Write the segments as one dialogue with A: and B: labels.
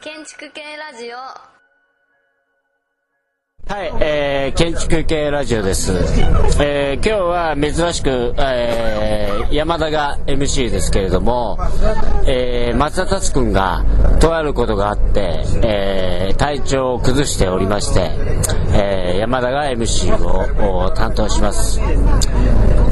A: 建築系ラジオ
B: はい、えー、建築系ラジオです。えー、今日は珍しく、えー、山田が MC ですけれども、えー、松田達君が、とあることがあって、えー、体調を崩しておりまして、えー、山田が MC をお担当します。今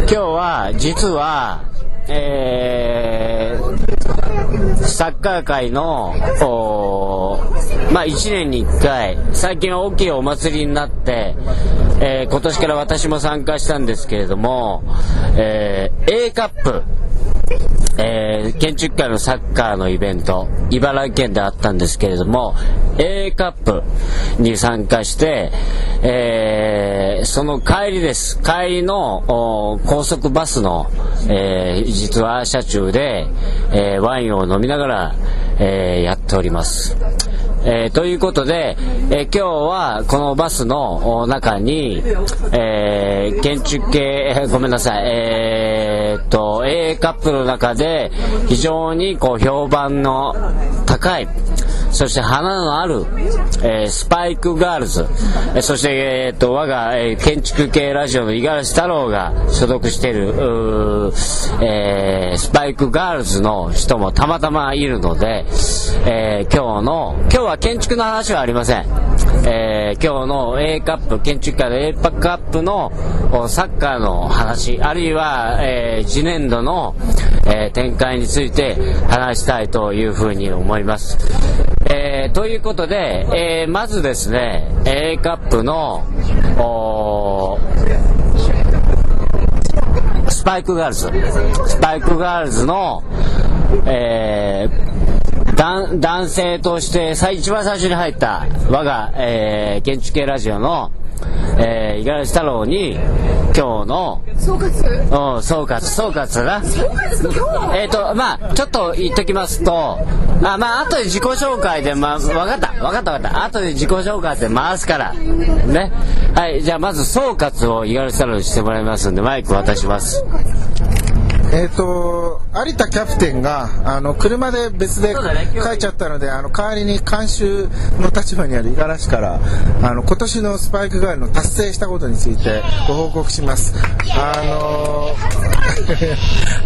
B: 日は、実は、えー、サッカー界の、おーまあ、1年に1回、最近は大きいお祭りになって、えー今年から私も参加したんですけれども、えー A カップ、えー建築界のサッカーのイベント、茨城県であったんですけれども、A カップに参加して、えーその帰りです。帰りのお高速バスの、えー実は車中で、えーワインを飲みながら、えーやっております。えーということで、えー今日はこのバスのお中に、えー建築系、えーごめんなさい、えーっと、A カップの中で非常にこう評判の高い、そして花のある、えースパイクガールズ、えーそして、えーっと、我が、えー建築系ラジオの五十嵐太郎が所属している、うーえースパイクガールズの人もたまたまいるので、えー今日の、今日は建築の話はありません。えー今日の A カップ、建築家の A カップのおサッカーの話、あるいは、えー次年度の、えー展開について話したいというふうに思います。えーということで、えーまずですね、A カップの、おースパイクガールズ。スパイクガールズの、えー男男性として最一番最初に入った我が、えー建築系ラジオの、えー、五十嵐太郎に今日の
C: 総括
B: うん総括総括だな
C: 今日ですか今
B: えっ、とまあちょっと言っときますとあまあ後で自己紹介でまあ分かった分かった分かった後で自己紹介で回すからねはいじゃあまず総括を五十嵐太郎にしてもらいますんでマイク渡します
D: えっ、と、有田キャプテンが、あの、車で別で
B: そうだね
D: 帰っちゃったので、あの、代わりに監修の立場にある五十嵐から、あの、今年のスパイクガールの達成したことについてご報告します。あのー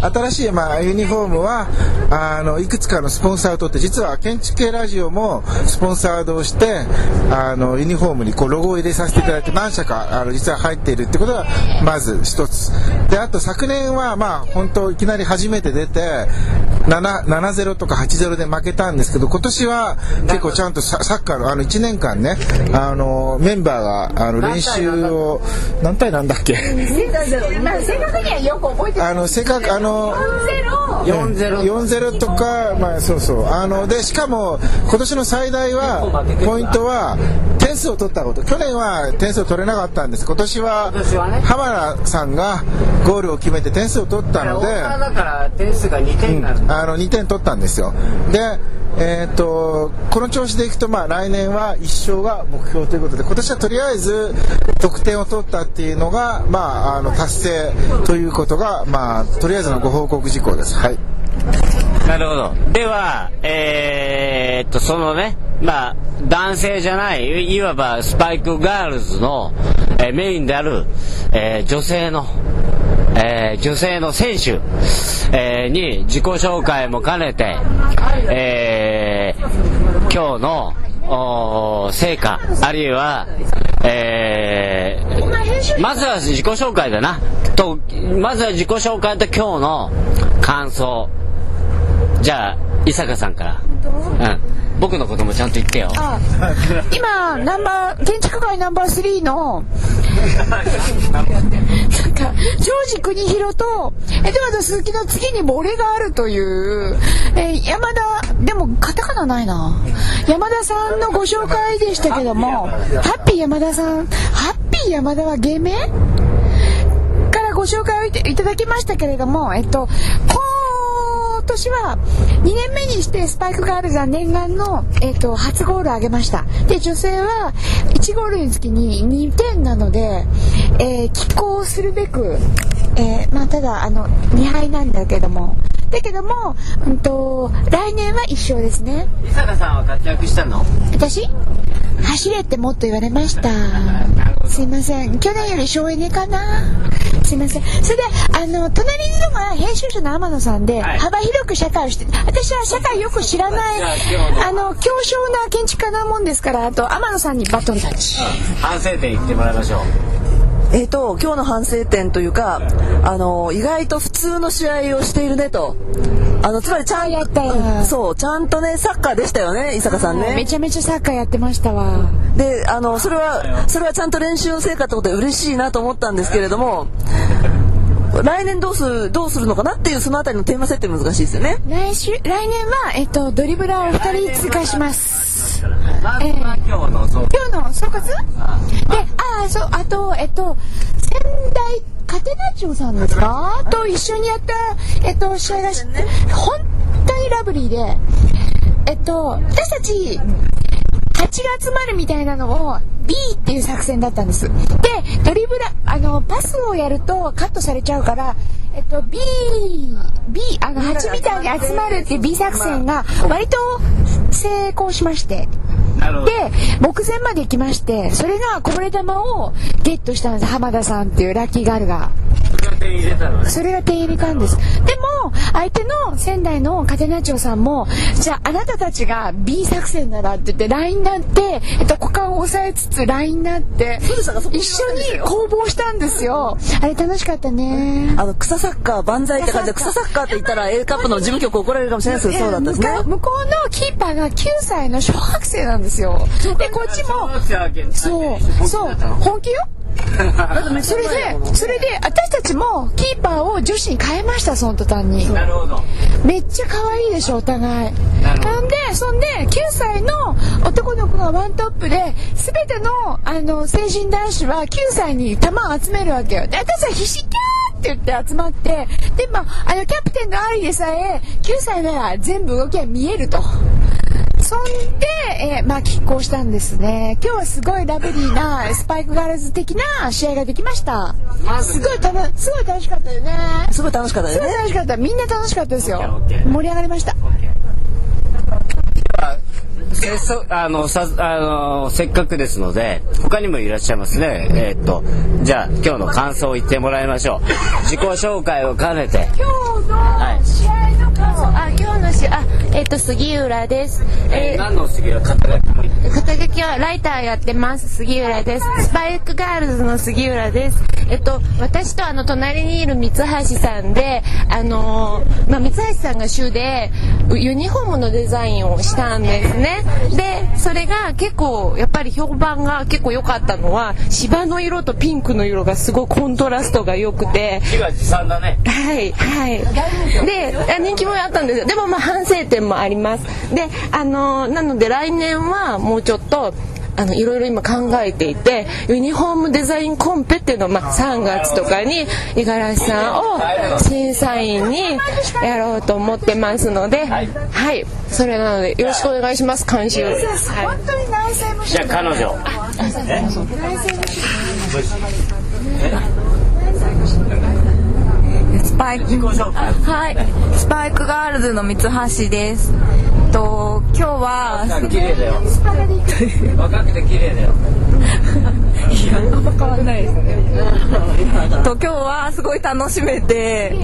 D: 新しい、まあ、ユニフォームは、あの、いくつかのスポンサーを取って、実は建築系ラジオもスポンサードをして、あの、ユニフォームにこう、ロゴを入れさせていただいて、何社か、あの、実は入っているってことが、まず一つ。で、あと昨年は、まあ、本当いきなり初めて出て、7 7-0とか8-0で負けたんですけど、今年は結構ちゃんとササッカーの、あの、1年間ね、あの、メンバーが、あの、練習を、何対なんだっけ
C: まあ正確にはよく覚えてる
D: あの、せっかく、あの、
C: ゼロ
D: 40 40とか、まあ、そうそうあのでしかも今年の最大はポイントは点数を取ったこと去年は点数を取れなかったんです今年は浜田さんがゴールを決めて点数を取ったので。
E: だから点数が2点になる、
D: あの2点取ったんですよ、で、えー、とこの調子でいくと、まあ、来年は1勝が目標ということで、今年はとりあえず得点を取ったっていうのが、まあ、あの達成ということが、まあ、とりあえずのご報告事項です。はい
B: なるほど。では、えー、っと、そのね、まあ、男性じゃない、いいわばスパイクガールズの、えーメインである、えー女性の、えー女性の選手、えーに自己紹介も兼ねて、えー今日の、おー成果、あるいは、えーまずは自己紹介だな。と、まずは自己紹介と今日の感想。じゃあ伊坂さんからうん僕のこともちゃんと言ってよ
C: あ今ナンバー建築界ナンバー3のなんかジョージ国広とエドワード鈴木の次にも俺があるという、えー山田でもカタカナないな山田さんのご紹介でしたけどもハッピー山田さんハッピー山田は芸名からご紹介をいただきましたけれども、えっと、こう年は2年目にしてスパイクガールズは念願の、えっと初ゴールを挙げましたで女性は1ゴールにつきに2点なので、えー、拮抗するべく、えーまあ、ただあの2敗なんだけどもだけども、うん、と来年は1勝ですね
E: 伊坂さんは活躍したの
C: 私走れってもっと言われましたすいません去年より省エネかなすいませんそれであの隣にいるのが編集者の天野さんで、
E: はい
C: 幅広く社会をして私は社会よく知らない
E: じゃあ今日の
C: あの強小な建築家なもんですからあと天野さんにバトンタッチ
E: 反省点言ってもらいましょう
F: えー、と今日の反省点というか、あの意外と普通の試合をしているねとあのつまりちゃん
C: やったよ
F: うんそうちゃんとねサッカーでしたよね伊坂さん
C: もうめ
F: ね
C: ちゃめちゃサッカーやってましたわ
F: であのそれはそれはちゃんと練習の成果ってことで嬉しいなと思ったんですけれども来年どうするどうするのかなっていうそのあたりのテーマ設定難しいですよね
C: 来週来年は、えっと、ドリブラーを2人通過します
E: まずは今日のそう
C: 今日の総括でああそうあとえっと仙台カテナチョさんですかと一緒にやった、えっと、試合がし本当にラブリーでえっと私たち蜂が集まるみたいなのを B っていう作戦だったんですでドリブラあのパスをやるとカットされちゃうからえっと B, B あの蜂みたいに集まるっていう B 作戦が割と成功しまして
E: なるほ
C: で
E: ど
C: 目前まで来ましてそれがこぼれ球をゲットしたんです浜田さんっていうラッキーガールが
E: 手に入れたのね
C: それが手入れたんですでも相手の仙台のカテナチョさんもじゃああなたたちが B 作戦ならって言ってラインになって、えっと、股間を押さえつつラインになって一緒に攻防したんですよあれ楽しかったね
F: あの草サッカー万歳って感じで
C: 草
F: 草サッカーって言ったら A カップの事務局怒られるかもしれないですけどそうだったんです
C: 向
F: ね
C: こう向こうのキーパーが9歳の小学生なんですよでこっちもそう、そう、本気よ。それで、それで、私たちもキーパーを女子に変えました、その途端に。
E: なるほど
C: めっちゃ可愛いでしょ、お互い。
E: なるほど
C: なんで、そんで、9歳の男の子がワントップで、すべての、あの、成人男子は9歳に球を集めるわけよ。で、私はひしきゃーって言って集まって、で、まあ、あの、キャプテンのアリでさえ、9歳なら全部動きは見えると。そんで、えーまあ、拮抗したんですね。今日はすごいラブリーな、スパイクガールズ的な試合ができました。すごいたのすごい楽しかったよね。
F: すごい楽しかった
C: す
F: よ
C: ごい
F: ね
C: 楽しかった。みんな楽しかったですよ
E: OK。OK
C: 盛り上がりました。
B: せそあのさあのせっかくですので他にもいらっしゃいますねえーっとじゃあ今日の感想を言ってもらいましょう自己紹介を兼ねて
C: 今日の試合の感想、
G: あ、今日のし、あ、えっ、と、杉浦です。え
E: 何の杉は肩書きもいい
G: ー、肩書きはライターやってます。杉浦です。スパイクガールズの杉浦です。えっ、と、私とあの、隣にいる三橋さんで、あのーまあ、三橋さんが主で、うユニフォームのデザインをしたんですね。で、それが結構、やっぱり評判が結構良かったのは、芝の色とピンクの色がすごいコントラストが良くて、
E: 木が持参だね
G: はいはいであ人気もあったんですよでもまあ反省点もありますであのなので来年はもうちょっとあのいろいろ今考えていてユニフォームデザインコンペっていうのを、まあ、3月とかに五十嵐さんを審査員にやろうと思ってますのではいそれなのでよろしくお願いします監修はい
C: 本当に内政も
B: じゃあ彼女
H: スパイクはい、スパイクガールズの三橋です。と今日は
E: 綺麗だよ若くて綺麗だよ
H: と今日はすごい楽しめて、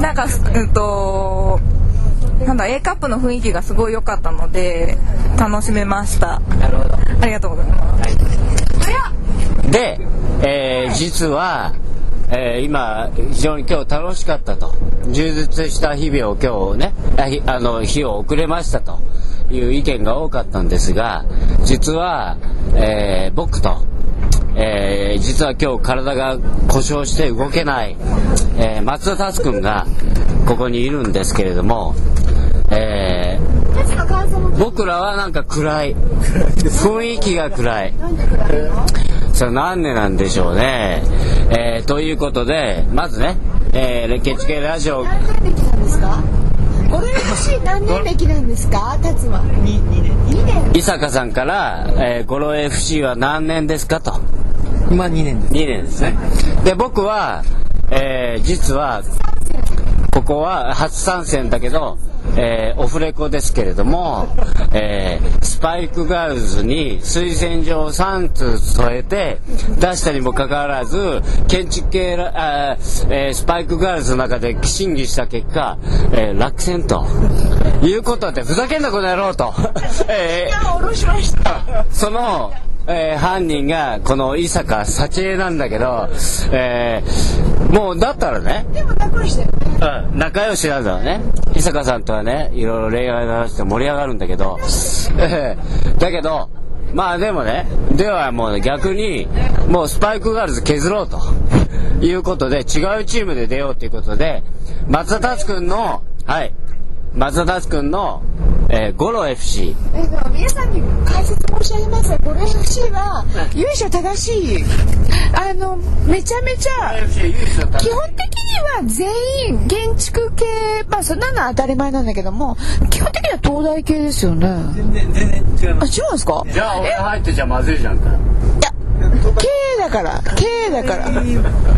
H: なんかうんとなんだ A カップの雰囲気がすごい良かったので楽しめました。
E: なるほど
H: ありがとうございます。
B: で、えー実は、えー今非常に今日楽しかったと充実した日々を今日ねあひあの日を遅れましたという意見が多かったんですが実は、えー僕と、えー実は今日体が故障して動けない、えー松田達君がここにいるんですけれども、えー僕らはなんか暗い雰囲気が暗いそれなんでなんでしょうね、えーということでまずね、えー、レッケチ系ラジオ
C: ゴルフFC 何年歴なんですか達は2年
B: 伊坂さんから、えー、ゴロ FC は何年ですかと。
I: まあ2年です
B: 2年ですね。で、僕は、えー実は、ここは初参戦だけど、えーオフレコですけれども、えースパイクガールズに推薦状を3通添えて出したにもかかわらず建築系らあー、えースパイクガールズの中で審議した結果、えー落選ということでふざけんなこの野郎と、 えー
C: 下ろしました
B: その、えー犯人がこの伊坂幸恵なんだけど、えーもうだったらね、
C: でも仲良しだよね
B: うん仲良しなんだよね伊坂さんとはねいろいろ恋愛の話で盛り上がるんだけど、えーだけどまあでもねではもう逆にもうスパイクガールズ削ろうということで違うチームで出ようということで松田達君のはい松田達君の、えーゴロ FC
C: えでも皆さんに解説申し上げますがゴルフ FC は由緒正しいあのめちゃめちゃ基本的には全員建築系まあそんなのは当たり前なんだけども基本的には東大系ですよね
I: 全然全然違い
C: あ
I: ます
C: 違うんですか
B: じゃあ俺入ってちゃまずいじゃんか
C: 経営だから経営だから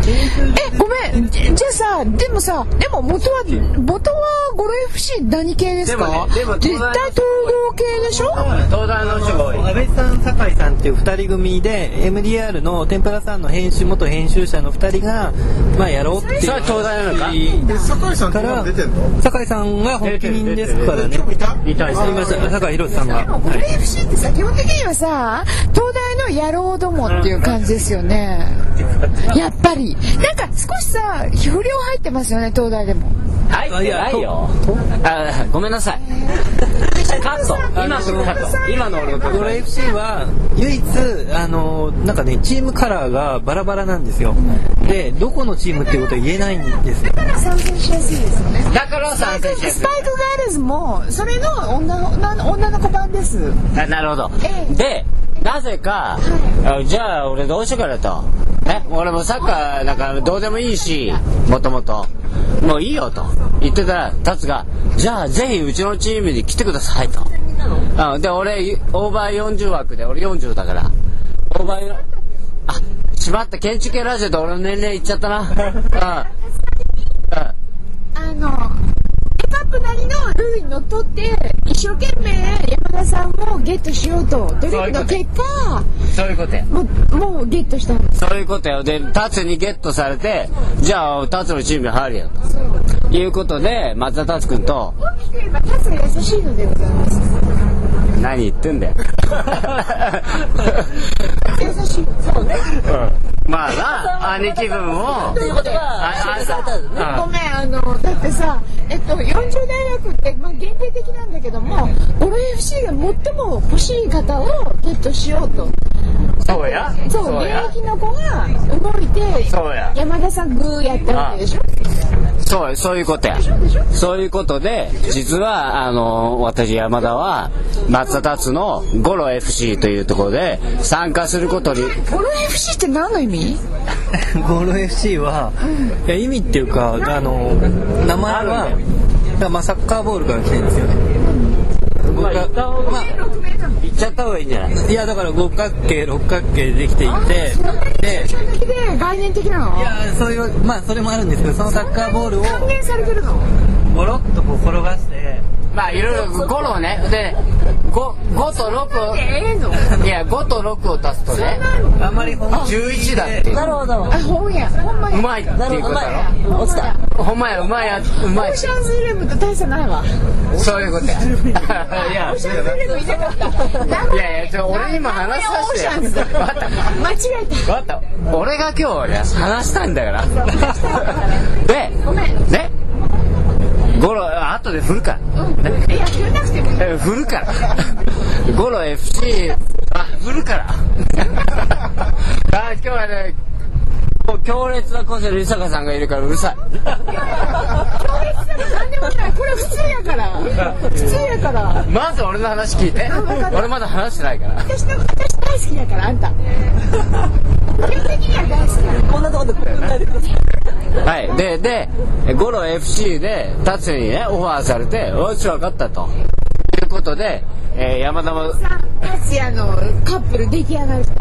C: えごめんじじゃあさでもさでも元は元はゴル FC 何系ですか
B: でもねでも
C: 絶対統合系でしょ
B: 東大の人が多い
I: 安倍さん酒井さんっていう2人組で MDR の天ぷらさんの編集元編集者の2人がまあやろうっていう
B: それは東大なのか
D: 酒
I: 話
D: 井さんって今出てんの
I: 酒井さんが本気人ですからね
D: 今日いた
B: に対して
I: ありました酒井宏さんが
C: ゴル FC ってさ基本的にはさ東大の野郎どもっていう感じですよねやっぱりなんか少しさ不良入ってますよね東大でも
B: 入ってないよあごめんなさいカット今すぐカット今の俺のカッ
I: ゴロ FC は唯一あのなんかねチームカラーがバラバラなんですよでどこのチームっていうことは言えないんです よ
C: 参戦しやすいですよね
B: トだから参戦しや
C: ス
B: す
C: パイクガールズもそれの女の女の女の子版です
B: いあなるほど
C: ええ
B: でなぜかあじゃあ俺どうしようかなとね俺もサッカーなんかどうでもいいしもともともういいよと言ってたらタツがじゃあぜひうちのチームに来てくださいとあで俺オーバー40枠で俺40だからオーバーよあしまった建築系ラジオで俺の年齢いっちゃったな ああ
C: あのエカップなりのルールにのっとって一生懸命山田さんをゲットしようと努力の結果
B: そういうことや
C: もうもうゲットしたんです
B: そういうことよ。で、タツにゲットされて、じゃあ、タツのチームに入るよ。ということで、松田タツ君と、
C: 大きく言えばタツが優しいのでございます
B: 何言ってんだよ。
C: 優しいそうね
B: まあな、兄貴分を、
F: ということ
B: あ
F: が示されたんですね
C: ご
B: あ
C: めんあのだってさ、えっと、40大学って、まあ、限定的なんだけどもゴルフ FC が最も欲しい方をゲットしようと
B: そうや。
C: そう
B: そうや
C: 現。役の子が動いて
B: そうや
C: 山田さんグーやったわけでしょ
B: そう、そういうことや。
C: でしょ
B: そういうことで、実は、あの、私、山田は、松田達のゴロ FC というところで、参加することに、
C: ゴルフ FC って何の意味
I: ゴロ FC は、いや意味っていうかあの名前はだからまあサッカーボールから来てるんですよね
B: まあ言った方が
I: まあ
B: 行っちゃった方がいいんじゃない
I: いやだから五角形六角形でできていてで
C: 基本的で概念的なの
I: いやそういうまあそれもあるんですけどそのサッカーボールを
C: 還元されてるの
I: ゴロッとこう転がして
B: まあ、いろいろ、ゴロをね、で、5、5と6を、
C: ええの
B: いや、5と6を足すとね、
I: あんまり本気
B: 11だって。
F: なるほど
C: あ本やほんまや
B: うまいっていう
F: なる
B: こ
F: ほ
B: と
F: ど
B: だ
F: まあ落ちた
B: ろ。ほんまや、うまいや、うま
C: オ
B: い
C: ー。シャンズイレブンと大差ないわ
B: そういうことや。いや
C: オー、シャンズイレブンいなかった
B: いやいや、ちょ、俺今話させてよ。
C: オーシャンズだ
B: わかった。
C: 間違えた
B: わかった。俺が今日ね、話したいんだから。で、ね。ゴロ、あ後で振るから。
C: いや言わなくてもいい
B: え振るから。ゴロ FC、あ、振るから。あ、今日はね、もう強烈な個性の伊坂さんがいるからうるさい。
C: 何でもないこれ普通やから普通やから
B: まず俺の話聞いて。俺まだ話してないから。
C: 私の私大好きだからあんた基本的には大好き
F: こんなとこで来ないでください
B: ははい、ででゴロ FC で達也にねオファーされてよし分かったということで、えー山田も
C: 達也のカップル出来上がる
B: そう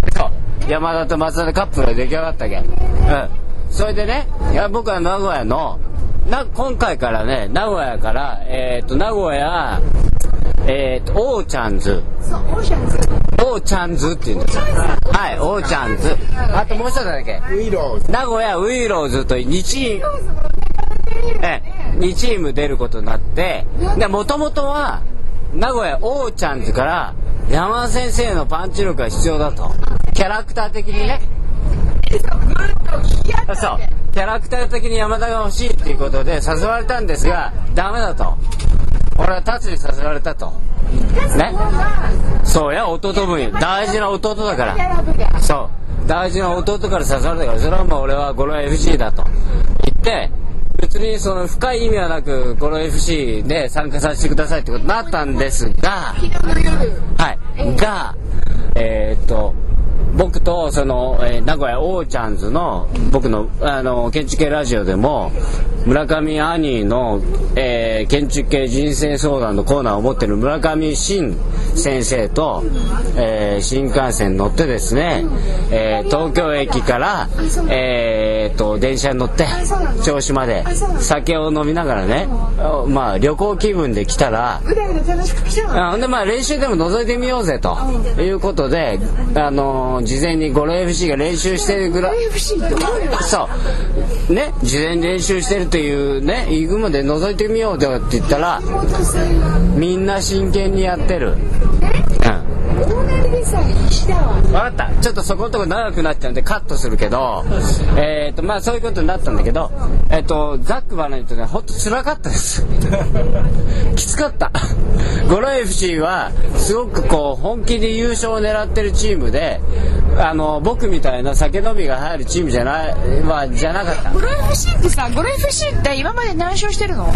B: 山田と松田のカップルが出来上がったけん、うん、それでねいや僕は名古屋のな今回からね名古屋から、えー、と名古屋えー、とオーチャンズ
C: そうオーシャンズ
B: オーチャンズっていうんですよはいオーチャンズあともう一つだっけ
D: ウイローズ
B: 名古屋ウイローズと2チームええ2チーム出ることになってもともとは名古屋オーちゃんズから山田先生のパンチ力が必要だとキャラクター的にねそうキャラクター的に山田が欲しいっていうことで誘われたんですがダメだと俺は達に誘われたとねそうや弟分よ大事な弟だからそう大事な弟から刺されたからそれはもう俺はゴロ FC だと言って別にその深い意味はなくゴロ FC で参加させてくださいってことになったんですがはいがえーっと僕とその、えー名古屋オーチャンズの僕のあの建築系ラジオでも村上アニーの、えー建築系人生相談のコーナーを持ってる村上真先生と、えー新幹線に乗ってですね、えー東京駅から、えーと電車に乗って銚子まで酒を飲みながらね、まあ、旅行気分で来たら。
C: ぐだぐだ楽しく来ちゃう
B: あほんでまあ練習でも覗いてみようぜということで、あのー事前にゴロ FC が練習してるぐらい
C: FC どういう
B: そうね事前に練習してるというねイグモで覗いてみようぜって言ったらみんな真剣にやってるうん
C: 隣でさ石だわ
B: 分かったちょっとそこのとこ長くなっちゃうんでカットするけどえっとまあそういうことになったんだけどえっ、とザックバラにとねほんとつらかったです きつかったゴロ FC はすごくこう本気で優勝を狙ってるチームであの僕みたいな酒飲みが入るチームじゃない、まあ、じゃなかった
C: ゴロ FC ってさゴロ FC って今まで何勝してるの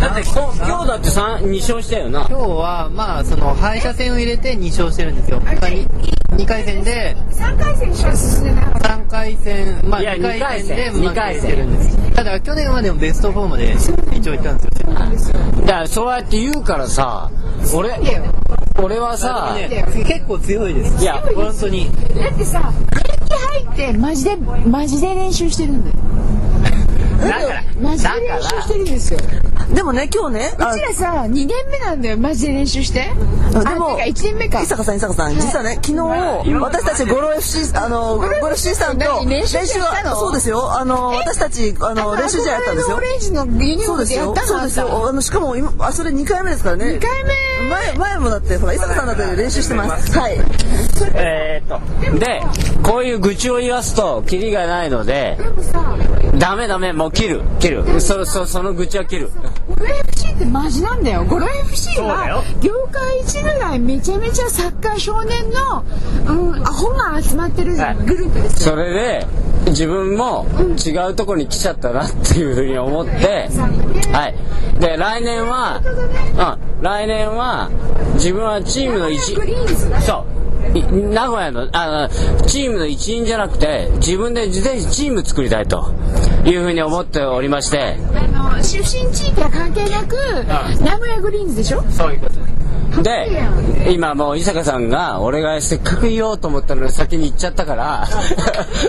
B: だってこ今日だって2勝したよな
I: 今日はまあその敗者戦を入れて2勝してるんですよ2回戦で
C: 3回戦しか進んでない
I: 3回戦まあ
B: いや
I: 2回戦で
B: 二
I: 負
B: 回
I: け
B: 戦
I: てるんですただ去年はでもベスト4まで一応行ったんですよ
B: だからそうやって言うからさ俺俺はさ
I: ね結構強いです
B: いや
I: 本当に
C: だってさ元気入ってマジでマジで練習してるんだよ
B: だから
C: マジで練習してるんですよ
F: でもね、今日ね、あ
C: うちらさ2年目なんだよマジで練習してあ
F: でも
C: てか1年目か
F: 伊坂さん、伊坂さん、実はね、昨日、私たちゴロ FC、あの、ゴロ FC さんと
C: 何練習試合やったの
F: そうですよ、あの、私たち、あの、練習試合やったんです
C: あの。
F: よ
C: オレンジのユニフォ
F: そ
C: ー
F: う
C: ム
F: で
C: ですやっ
F: よ
C: た、の
F: そうですよ、あの、しかも今、あ、それ2回目ですからね。
C: 2回目
F: 前、前もだって、ほら、伊坂さんだって練習してます。はい。
B: えーっとでこういう愚痴を言わすとキリがないのでダメダメもう切る切るそそその愚痴は切る
C: ゴロ FC ってマジなんだよゴロ FC
B: そうだよ
C: は業界一ぐらいめちゃめちゃサッカー少年の、うん、アホが集まってるグル
B: はい
C: ープですよ、
B: それで自分も違うとこに来ちゃったなっていうふうに思ってはいで来年はうん来年は自分はチームの一
C: グリーンズ
B: そうい名古屋のあのチームの一員じゃなくて自分で自転車チーム作りたいというふうに思っておりまして
C: あの出身地域は関係なく名古屋グリーンズでしょ
B: そういうことで今もう伊坂さんが俺がせっかく言おうと思ったのに先に行っちゃったから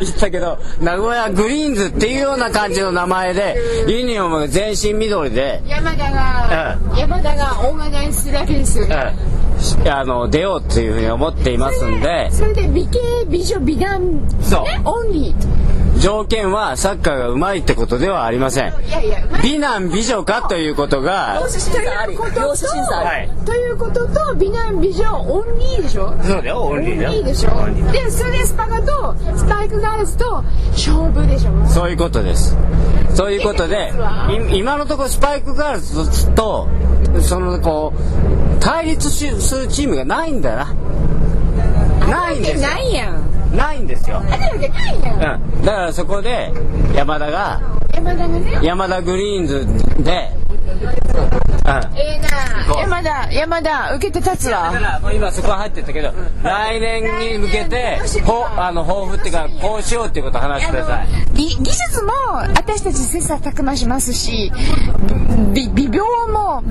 B: 言ったけど名古屋グリーンズっていうような感じの名前でユニフォームが全身緑で、
C: 山田が、山田がオーガナイズするわけですよね、
B: うんあの出ようっていうふうに思っていますんで
C: それで美形美女美男
B: そう
C: ねオンリー
B: 条件はサッカーがうまいってことではありません
C: といやいやまあ
B: 美男美女かということが
F: 資審査あり。業者審査あり。
B: い
C: ということと美男美女オンリーでしょ
B: そうだよオンリーだよ
C: いいでしょでそれでスパガとスパイクガールズと勝負でしょ
B: そういうことです。そういうことで、い今のところスパイクガールズと、そのこう、対立しするチームがないんだな。ないんですよ。
C: ないやん
B: ないんですよ。
C: あるわけないや
B: うんん。だからそこで、山田が、
C: 山田がね
B: 山田グリーンズで、
C: ええな山田山田受けて立つ
B: だか
C: わ
B: らもう今そこは入ってったけど来年に向けてほあの抱負っていうかこうしようっていうことを話してください
C: 技技術も私たち切磋琢磨しますしび美貌も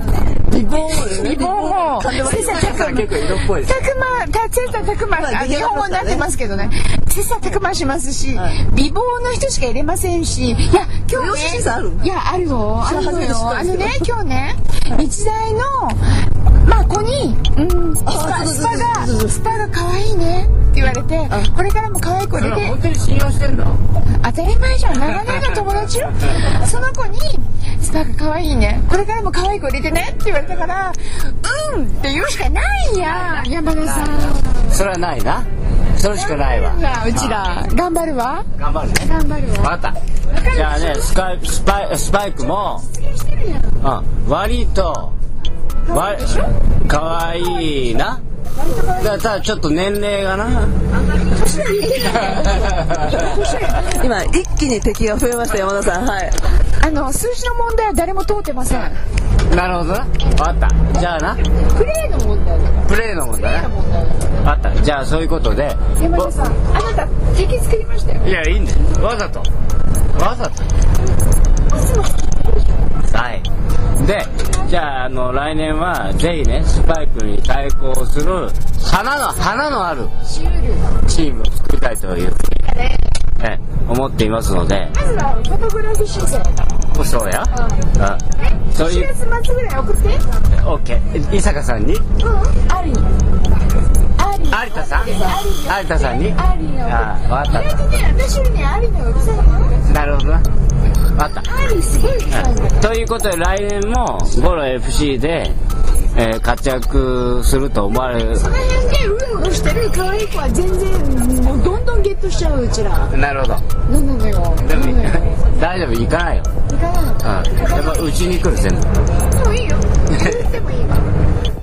C: 美貌美貌も切磋琢磨
I: 色っぽいです
C: たくま、た、切磋琢磨、あ日本語になってますけどね。切磋琢磨しますし、美貌の人しか入れませんし、いや、今日
F: 美容師
C: ね
F: さんある、
C: いや、あるよ、ある
F: 初
C: の
F: めて知
C: よ。
F: った
C: あ
F: んで
C: の
F: すけど
C: ね、今日ね、日大の、まあ、子に、うん、スパ、スパが、スパが可愛いねって言われて、これからも可愛い子出て、
E: 本当に信用してんの
C: 当たり前じゃん長年の友達よ その子に「スパーク可愛いねこれからも可愛い子入れてね」って言われたから「うん」って言うしかないやん山田さん
B: それはないなそれしかないわ
C: なあうちら頑張るわ
B: 頑張るね
C: 頑張るわ
B: わかったじゃあねスカイスパイスパイクもうん割とわかわいいなだただちょっと年齢がな
F: 今一気に敵が増えました山田さんはい
C: あの数字の問題は誰も通ってません
B: なるほどなわかったじゃあな
C: プレーの問題だ
B: プレーの問題ね分かったじゃあそういうことで
C: 山田さんあなた敵作りましたよ
B: いやいいんだよわざとわざとはいでじゃああの来年はぜひねスパイクに対抗する花の花のあるチームを作りたいというふうに、ね、思っていますので
C: まずはフォトグラフィー申請だから
B: そうや、うん、そう
C: 4
B: いう
C: 月末ぐらい送ってう
B: OK 伊坂さんに
C: うんありあり
B: 有田さん有田さんに
C: ありの
B: ああわかった
C: 意外とね私よりねありのうさん
B: なるほどなわかった
C: ありすごいうるさいんだよ
B: ということで来年もゴロ FC で、えー活躍すると思われる
C: この辺でうろうろしてる可愛い子は全然もうどんどんゲットしちゃううちら
B: なるほど
C: なんなのよ
B: でも大丈夫行かないよ、
C: 行かない
B: うん、やっぱうちに来る全部
C: のもういいよ言ってもいいわ